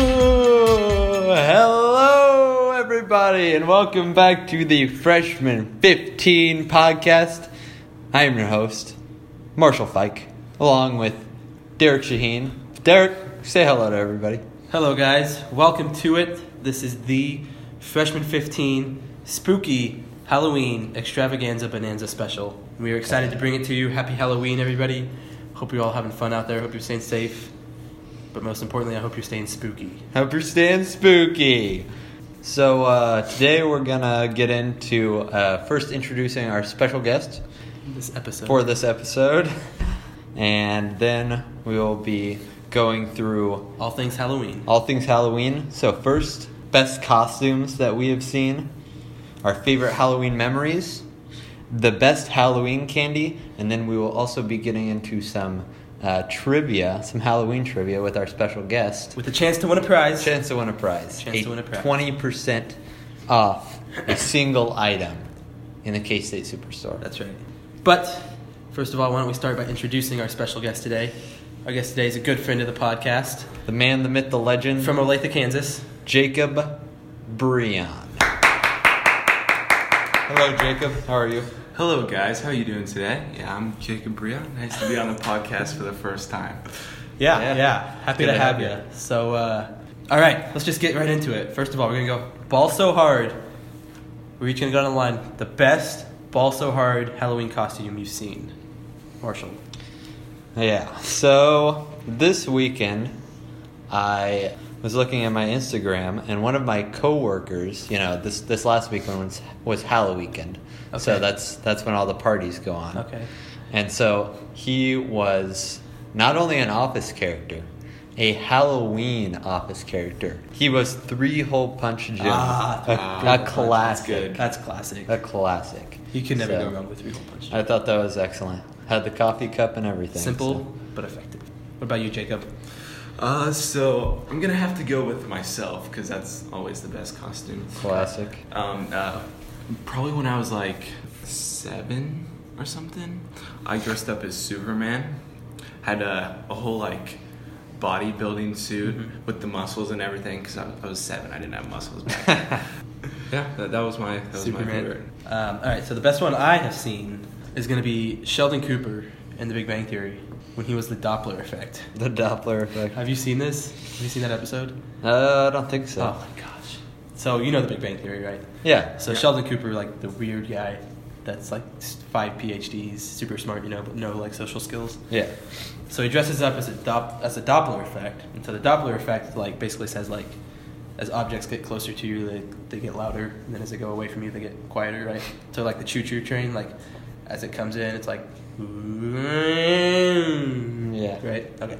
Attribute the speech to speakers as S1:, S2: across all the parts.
S1: Ooh, hello, everybody, and welcome back to the Freshman 15 podcast. I am your host, Marshall Fike, along with Derek Shaheen. Derek, say hello to everybody.
S2: Hello, guys. Welcome to it. This is the Freshman 15 Spooky Halloween Extravaganza Bonanza Special. We are excited to bring it to you. Happy Halloween, everybody. Hope you're all having fun out there. Hope you're staying safe. But most importantly, I hope you're staying spooky.
S1: Hope you're staying spooky. So uh, today we're gonna get into uh, first introducing our special guest
S2: This episode.
S1: for this episode, and then we will be going through
S2: all things Halloween.
S1: all things Halloween. So first, best costumes that we have seen, our favorite Halloween memories, the best Halloween candy, and then we will also be getting into some uh, trivia, some Halloween trivia with our special guest
S2: With a chance to win a prize.
S1: chance to win a prize.
S2: Chance to win a prize.
S1: Twenty percent off a single item in the K State Superstore.
S2: That's right. But first of all, why don't we start by introducing our special guest today? Our guest today is a good friend of the podcast
S1: the man, the myth, the legend
S2: from Olathe, Kansas.
S1: Jacob Breon. Hello, Jacob. How are you?
S3: Hello, guys. How are you doing today? Yeah, I'm Jacob Bria. Nice to be on the podcast for the first time.
S2: Yeah,
S1: Yeah.
S2: yeah. Happy
S1: Good
S2: to
S1: to
S2: have
S1: have
S2: you. So, uh, all right, let's just get right into it. First of all, we're gonna go ball so hard. We're each gonna go down the line. The best ball so hard Halloween costume you've seen, Marshall.
S1: Yeah. So this weekend, I was looking at my Instagram, and one of my coworkers, you know, this this last weekend was was Halloween weekend, so
S2: Okay.
S1: that's that's when all the parties go on.
S2: Okay.
S1: And so he was not only an office character, a Halloween office character. He was three hole punch Jim,
S2: Ah,
S1: a,
S3: three-hole
S1: a
S3: punch. That's
S1: classic,
S3: good.
S2: That's classic.
S1: a classic.
S2: You can never
S1: So,
S2: go wrong with three hole punch.
S1: I thought that was excellent. Had the coffee cup and everything.
S2: Simple
S1: so.
S2: but effective. What about you, Jacob?
S3: Uh, so I'm gonna have to go with myself because that's always the best costume.
S1: Classic.
S3: Um, uh, probably when I was like seven or something, I dressed up as Superman. Had a, a whole like bodybuilding suit
S2: Mhm.
S3: with the muscles and everything because I, I was seven. I didn't have muscles. Back then. yeah, that, that was my that was my favorite.
S2: Um, all right, so the best one I have seen is gonna be Sheldon Cooper in The Big Bang Theory when he was the Doppler effect.
S1: The Doppler effect.
S2: Have you seen this? Have you seen that episode?
S1: Uh, I don't think so.
S2: Oh my gosh. So you know the Big Bang Theory, right?
S1: Yeah.
S2: So Sheldon Cooper, like the weird guy that's like five PhDs, super smart, you know, but no like social skills.
S1: Yeah.
S2: So he dresses up as a dop- as a Doppler effect, and so the Doppler effect like basically says like, as objects get closer to you, they they get louder, and then as they go away from you, they get quieter, right? So like the choo choo train, like as it comes in, it's like, yeah, right, okay.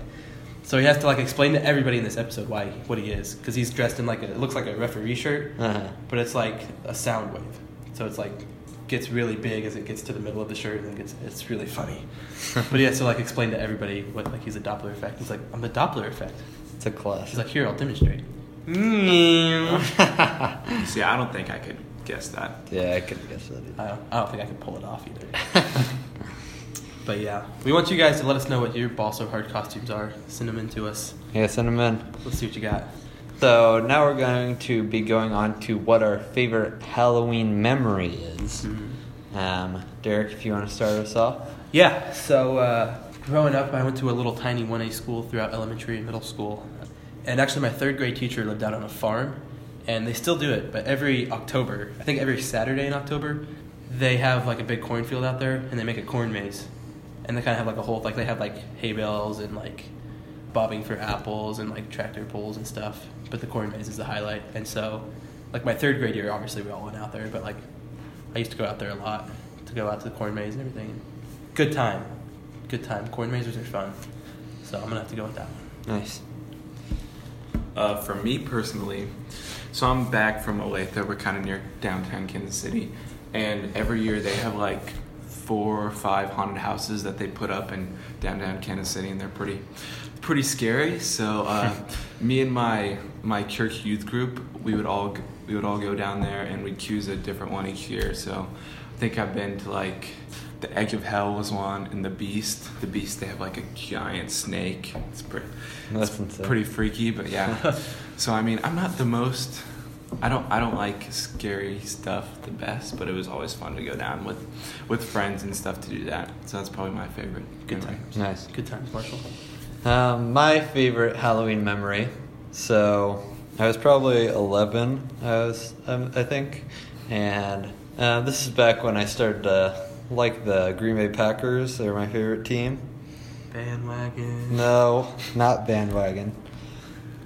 S2: So he has to like explain to everybody in this episode why what he is, because he's dressed in like a it looks like a referee shirt,
S1: Uh-huh.
S2: but it's like a sound wave. So it's like gets really big as it gets to the middle of the shirt, and it gets it's really funny. but yeah, so like explain to everybody what like he's a Doppler effect. He's like, I'm the Doppler effect.
S1: It's a classic.
S2: She's like, here, I'll demonstrate.
S1: yeah,
S3: See, I don't think I could guess that.
S1: I could guess that.
S2: I don't, I don't think I can pull it off either. but yeah, we want you guys to let us know what your ball so hard costumes are. Send them in to us.
S1: Yeah, send them in.
S2: Let's see what you got.
S1: So now we're going to be going on to what our favorite Halloween memory is.
S2: Mm-hmm.
S1: Um, Derek, if you want to start us off.
S2: Yeah, so uh, growing up, I went to a little tiny 1A school throughout elementary and middle school. And actually, my third grade teacher lived out on a farm, and they still do it, but every October, I think every Saturday in October, they have like a big cornfield out there and they make a corn maze. And they kind of have like a whole, like, they have like hay bales and like bobbing for apples and like tractor pulls and stuff. But the corn maze is the highlight. And so, like, my third grade year, obviously, we all went out there, but like, I used to go out there a lot to go out to the corn maze and everything. Good time. Good time. Corn mazes are fun. So I'm going to have to go with that one.
S1: Nice.
S3: Uh, for me personally, so I'm back from Olathe. We're kind of near downtown Kansas City, and every year they have like four or five haunted houses that they put up in downtown Kansas City, and they're pretty, pretty scary. So uh, me and my my church youth group, we would all g- we would all go down there, and we'd choose a different one each year. So I think I've been to like The Edge of Hell was one, and The Beast. The Beast, they have like a giant snake. It's pretty,
S1: That's
S3: it's
S1: insane.
S3: pretty freaky, but yeah. so I mean, I'm not the most. I don't. I don't like scary stuff the best, but it was always fun to go down with, with friends and stuff to do that. So that's probably my favorite.
S2: Good
S3: memory.
S2: times.
S1: Nice.
S2: Good times, Marshall.
S1: Um, my favorite Halloween memory. So I was probably 11. I was, um, I think, and uh, this is back when I started to like the Green Bay Packers. They're my favorite team.
S2: Bandwagon.
S1: No, not bandwagon.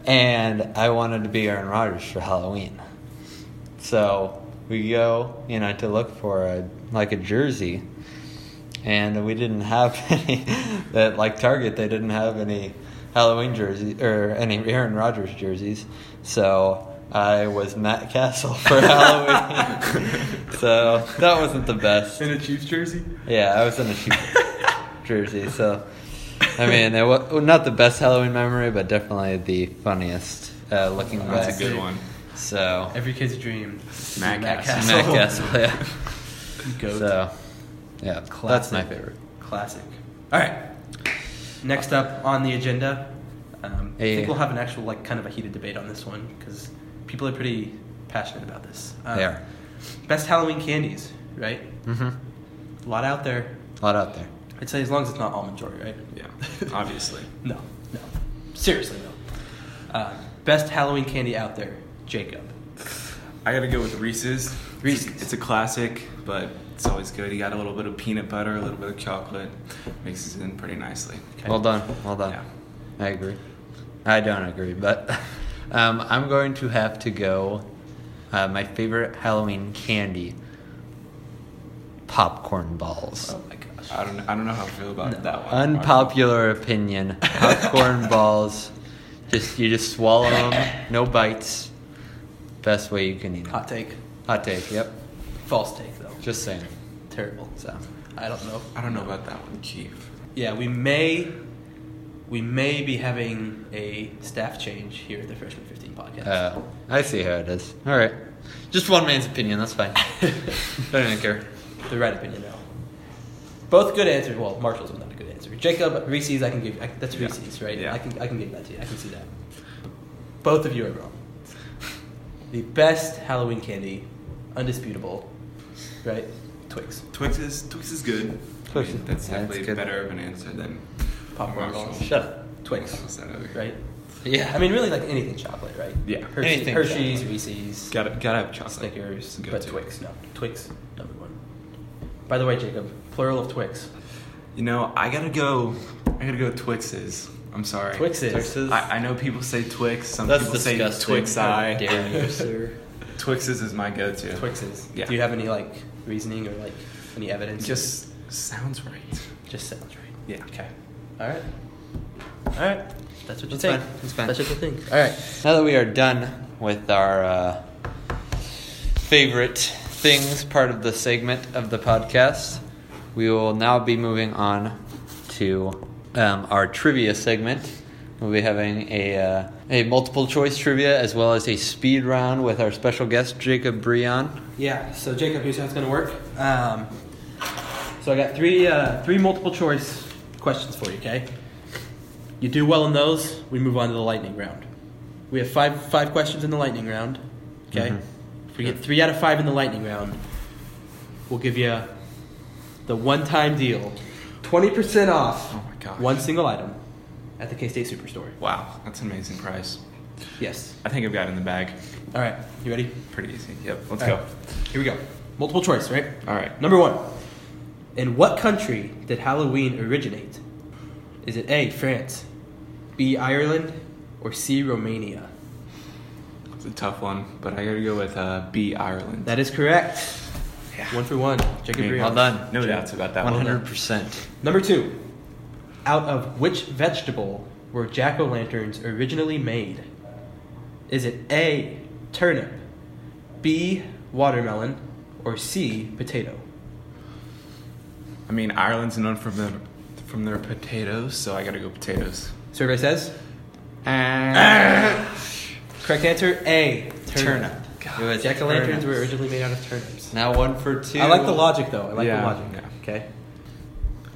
S1: And I wanted to be Aaron Rodgers for Halloween. So we go, you know, to look for a like a jersey. And we didn't have any that like Target, they didn't have any Halloween jerseys or any Aaron Rodgers jerseys. So I was Matt Castle for Halloween. so that wasn't the best.
S2: a Chiefs jersey.
S1: Yeah, I was in a cheap jersey, so I mean, it was not the best Halloween memory, but definitely the funniest uh, looking back.
S3: That's a good one.
S1: So
S2: Every kid's dream. to be
S3: Matt Castle.
S1: Matt Castle, yeah.
S2: Goat.
S1: So yeah, that's my
S2: Classic.
S1: favorite.
S2: Classic. All right. Next up on the agenda, um, I
S1: Yeah.
S2: think we'll have an actual, like, kind of a heated debate on this one because people are pretty passionate about this. Um,
S1: They are.
S2: Best Halloween candies, right?
S1: Mm-hmm.
S2: A lot out there.
S1: A lot out there.
S2: I'd say as long as it's not almond joy, right?
S3: Yeah, obviously.
S2: No, no. Seriously, no. Uh, best Halloween candy out there, Jacob.
S3: I gotta go with Reese's.
S2: Reese's.
S3: It's a classic, but it's always good. You got a little bit of peanut butter, a little bit of chocolate, mixes it in pretty nicely.
S2: Okay.
S1: Well done. Well done.
S3: Yeah.
S1: I agree. I don't agree, but um, I'm going to have to go. Uh, my favorite Halloween candy: popcorn balls.
S2: Oh my gosh.
S3: I don't. I don't know how I feel about
S2: No.
S3: that one.
S1: Unpopular opinion. Popcorn balls. Just you just swallow them. No bites. Best way you can eat 'em.
S2: Hot take.
S1: Hot take. Yep.
S2: False take, though.
S1: Just saying.
S2: Terrible.
S1: So
S2: I don't know.
S3: I don't know about that one, Chief.
S2: Yeah, we may we may be having a staff change here at the Freshman 15 podcast.
S1: uh, I see how it is. All right. Just one man's opinion. That's fine. don't even care.
S2: the right opinion, though. Both good answers. Well, Marshall's not a good answer. Jacob Reese's, I can give. I, that's
S3: Yeah.
S2: Reese's, right?
S3: Yeah.
S2: I can. I can give that to you. I can see that. Both of you are wrong. The best Halloween candy, undisputable, right? Twix.
S3: Twix is Twix is good.
S1: Twix is-
S3: that's
S1: yeah, it's
S3: definitely
S1: good.
S3: better of an answer than
S2: Popcorn
S3: Marshall.
S2: balls.
S1: Shut up.
S2: Twix,
S3: Marshall said over here.
S2: right?
S1: Yeah.
S2: I mean, really, like anything chocolate, right?
S3: Yeah.
S2: Hershey,
S1: Anything
S2: Hershey's,
S1: chocolate.
S2: Reese's.
S3: Gotta gotta have chocolate.
S2: Snickers,
S3: Go
S2: but
S3: to.
S2: Twix, no. Twix, number one. By the way, Jacob, plural of Twix.
S3: You know, I gotta go. I gotta go with Twixes. I'm sorry.
S2: Twixes.
S1: Twixes.
S3: I, I know people say Twix. Some
S1: That's
S3: people
S1: disgusting.
S3: say Twix
S1: How
S3: eye.
S1: dare you, sir.
S3: Twixes is my go-to.
S2: Twixes.
S3: Yeah.
S2: Do you have any like reasoning or like any
S3: It
S2: evidence?
S3: just sounds right.
S2: just sounds right.
S3: Yeah.
S2: Okay. All right. All right. That's what you
S1: That's
S2: think.
S1: fine. That's fine.
S2: what you think. All right.
S1: Now that we are done with our uh, favorite things part of the segment of the podcast, we will now be moving on to um, our trivia segment. We'll be having a, uh, a multiple choice trivia as well as a speed round with our special guest, Jacob Breon.
S2: Yeah. So Jacob, here's how it's gonna work. Um, so I got three uh, three multiple choice questions for you. Okay. You do well in those, we move on to the lightning round. We have five five questions in the lightning round. Okay.
S1: Mhm.
S2: If we get three out of five in the lightning round, we'll give you the one time deal, twenty percent off
S3: Oh my gosh.
S2: one single item at the K State Superstore.
S3: Wow, that's an amazing price.
S2: Yes.
S3: I think I've got it in the bag.
S2: All right. You ready?
S3: Pretty easy. Yep. Let's
S2: All
S3: go.
S2: right. Here we go. Multiple choice, right?
S3: All right.
S2: Number one, in what country did Halloween originate? Is it A, France, B, Ireland, or C, Romania?
S3: It's a tough one, but I gotta go with uh, B Ireland.
S2: That is correct.
S3: Yeah.
S2: One for one. Jacob
S3: Yeah.
S2: Brion.
S1: Well done.
S3: no doubts about that one.
S1: 100%.
S2: Number two, out of which vegetable were jack o' lanterns originally made? Is it A, turnip, B, watermelon, or C, potato?
S3: I mean, Ireland's known from their from their potatoes, so I gotta go potatoes.
S2: Survey says
S3: Ah.
S2: correct answer A, turnip.
S1: It was
S2: Jack o' lanterns
S1: turnips.
S2: were originally made out of turnips.
S1: Now one for two.
S2: I like the logic though. I like
S3: Yeah.
S2: the logic.
S3: Yeah.
S2: Okay.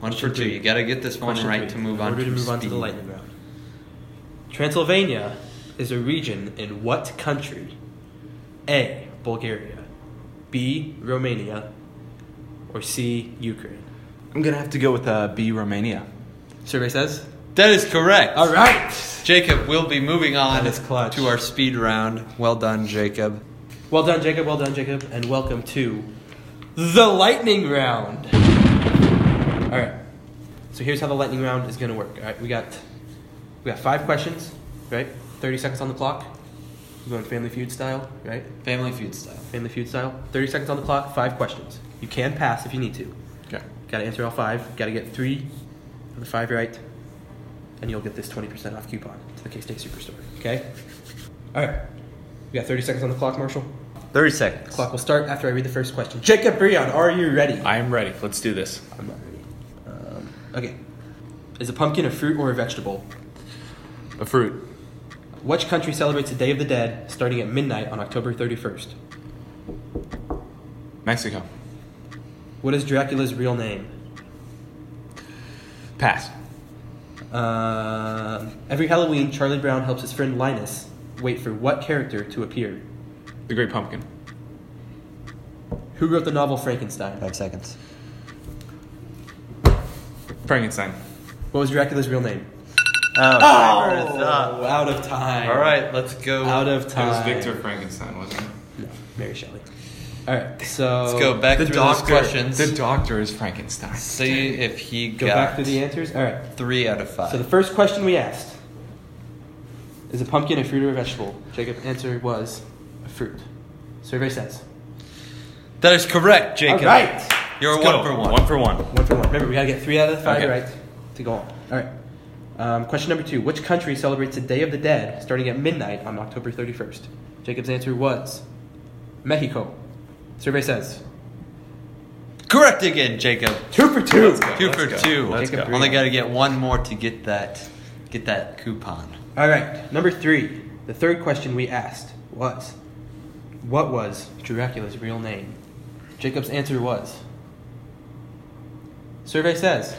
S1: One for
S2: Question
S1: two.
S2: three.
S1: You gotta get this one
S2: Question
S1: right
S2: three.
S1: to move
S2: In
S1: on
S2: order
S1: to,
S2: to move on to the
S1: speed.
S2: lightning round. Transylvania is a region in what country? A. Bulgaria, B. Romania, or C. Ukraine.
S3: I'm gonna have to go with uh, B Romania.
S2: Survey says.
S1: That is correct.
S2: All right.
S1: Jacob will be moving on
S2: That is clutch.
S1: to our speed round. Well done, Jacob.
S2: Well done, Jacob. Well done, Jacob. And welcome to the lightning round. All right. So here's how the lightning round is going to work. All right. We got we got five questions, right? 30 seconds on the clock. We're going Family Feud style, right?
S1: Family feud style.
S2: Family Feud style. 30 seconds on the clock, five questions. You can pass if you need to.
S3: Okay.
S2: Got to answer all five. Got to get three of the five right, and you'll get this 20% off coupon to the K-State Superstore. Okay. All right. We got 30 seconds on the clock, Marshall.
S1: 30 seconds.
S2: Clock will start after I read the first question. Jacob Breon, are you ready?
S3: I am ready. Let's do this.
S2: I'm not ready. Um, okay. Is a pumpkin a fruit or a vegetable?
S3: A fruit.
S2: Which country celebrates the Day of the Dead starting at midnight on October 31st?
S3: Mexico.
S2: What is Dracula's real name?
S3: Pass.
S2: Um every Halloween, Charlie Brown helps his friend Linus wait for what character to appear.
S3: The Great Pumpkin.
S2: Who wrote the novel Frankenstein?
S1: 5 seconds.
S3: Frankenstein.
S2: What was Dracula's real name?
S1: Oh, timer is up.
S2: out of time.
S1: All right, let's go.
S2: uh, out of
S3: It
S2: time.
S3: was Victor Frankenstein, wasn't it?
S2: No, Mary Shelley. All right, so
S1: Let's go back
S3: the
S1: through those
S3: doctor.
S1: questions.
S3: The doctor is Frankenstein.
S1: See if he
S2: Go
S1: got
S2: back through the answers. All right.
S1: three out of five.
S2: So the first question we asked is a pumpkin a fruit or a vegetable? Jacob answer was a fruit. Survey says.
S1: that is correct, Jacob.
S2: All right.
S1: You're
S3: Let's
S1: one
S3: go.
S1: for one.
S3: One for one.
S2: One for one. Remember, we gotta get three out of the five
S3: Okay.
S2: right to go on. All right. Um, question number two: Which country celebrates the Day of the Dead starting at midnight on October thirty-first? Jacob's answer was Mexico. Survey says
S1: Correct again, Jacob.
S2: two for two.
S3: go.
S1: Two
S3: Let's
S1: for
S3: go.
S1: two.
S3: Let's
S2: Jacob
S3: go.
S1: Only
S2: Breon.
S1: got to get one more to get that get that coupon.
S2: All right. Number three. The third question we asked was, "What was Dracula's real name?" Jacob's answer was. Survey says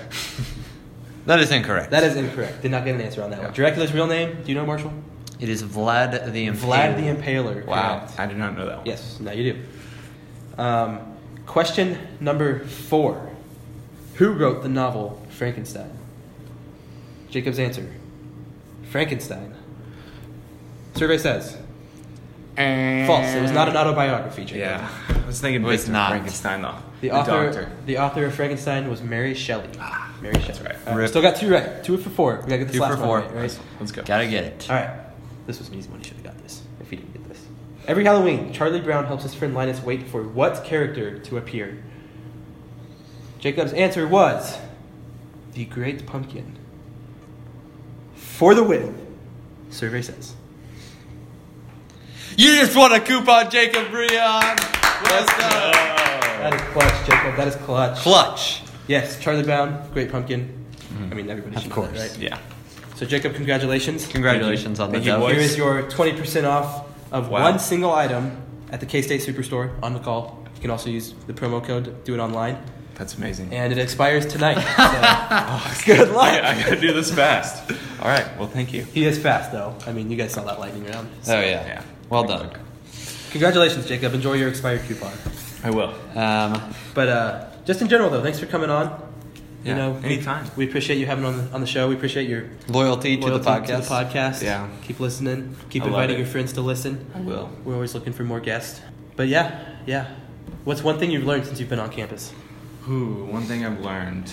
S1: That is incorrect.
S2: that is incorrect. Did not get an answer on that one. Dracula's real name? Do you know, Marshall?
S1: It is Vlad the Impaler.
S2: Vlad the Impaler.
S1: Wow.
S2: correct.
S3: I did not know that one.
S2: Yes, now you do. Um, question number four Who wrote the novel Frankenstein? Jacob's answer Frankenstein. Survey says false. It was not an autobiography, Jacob.
S3: Yeah. I was thinking
S1: It was
S3: Victor
S1: not.
S3: Frankenstein though.
S2: The author,
S3: doctor.
S2: the author of Frankenstein was Mary Shelley.
S3: Ah,
S2: Mary Shelley.
S3: right.
S2: All
S1: Rip.
S2: Still got two right. Two for four. We gotta get this
S1: Two
S2: last
S1: for
S2: one
S1: four.
S2: right, right?
S3: Let's go.
S1: Gotta get it.
S2: All right. This was an easy one. You should have got this if you didn't get this. Every Halloween, Charlie Brown helps his friend Linus wait for what character to appear. Jacob's answer was the Great Pumpkin. For the win, survey says.
S1: You just won a coupon, Jacob Breon. Well done.
S3: Oh.
S2: That is clutch, Jacob. That is clutch.
S1: Clutch.
S2: yes, Charlie Brown, Great Pumpkin. I mean,
S1: Mm-hmm.
S2: everybody
S1: Of
S2: should know
S1: course.
S2: that, right?
S3: Yeah.
S2: So, Jacob, congratulations.
S1: Congratulations on the
S3: Thank you,
S1: dub.
S3: boys.
S2: Here is your 20% off of
S3: Wow.
S2: one single item at the K State Superstore on the call. You can also use the promo code to do it online.
S3: That's amazing.
S2: And it expires tonight. So good luck.
S3: I, I gotta do this fast. All right. Well, thank you.
S2: He is fast, though. I mean, you guys saw that lightning round.
S1: Oh yeah.
S3: Yeah.
S1: Well
S3: Thank
S1: done.
S2: Congratulations, Jacob. Enjoy your expired coupon.
S3: I will.
S1: Um,
S2: But uh, just in general, though, thanks for coming on. You
S3: Yeah,
S2: know, we-
S3: anytime.
S2: We appreciate you having on the, on the show. We appreciate your
S1: loyalty, to
S2: loyalty
S1: the podcast.
S2: To the podcast.
S3: Yeah.
S2: Keep listening. Keep
S3: I love
S2: inviting
S3: it.
S2: your friends to listen.
S3: I will.
S2: We're always looking for more guests. But yeah, yeah. What's one thing you've learned since you've been on campus?
S3: Ooh, one thing I've learned.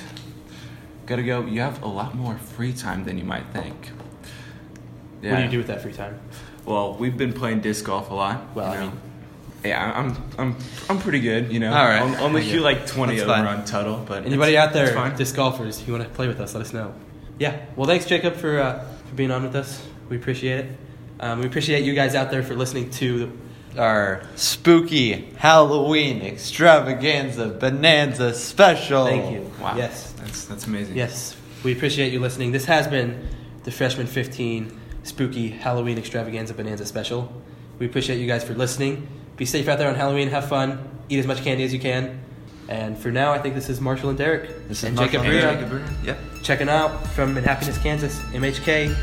S3: Gotta go. You have a lot more free time than you might think. Yeah.
S2: What do you do with that free time?
S3: Well, we've been playing disc golf a lot.
S2: Well,
S3: you
S2: I
S3: know.
S2: mean-
S3: yeah, I- I'm, I'm, I'm pretty good. You know,
S1: All right.
S3: On- Only
S1: Yeah.
S3: shoot like 20
S1: That's
S3: over
S1: fine.
S3: on Tuttle, but
S2: Anybody
S3: it's-
S2: out there,
S3: it's fine.
S2: disc golfers, you want to play with us, let us know. Yeah. Well, thanks, Jacob, for, uh, for being on with us. We appreciate it. Um, we appreciate you guys out there for listening to.
S1: Our spooky Halloween extravaganza bonanza special.
S2: Thank you.
S3: Wow.
S2: Yes.
S3: That's that's amazing.
S2: Yes. We appreciate you listening. This has been the Freshman 15 Spooky Halloween Extravaganza Bonanza Special. We appreciate you guys for listening. Be safe out there on Halloween. Have fun. Eat as much candy as you can. And for now, I think this is Marshall and Derek.
S1: This is
S2: and
S1: Marshall
S2: Jacob
S1: and
S2: Rio.
S1: Derek.
S3: Yep.
S2: Checking out from Happiness, Kansas, MHK.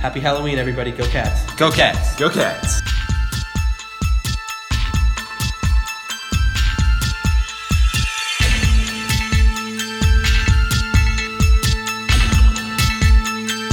S2: Happy Halloween, everybody. Go Cats.
S1: Go Cats!
S3: Go Cats.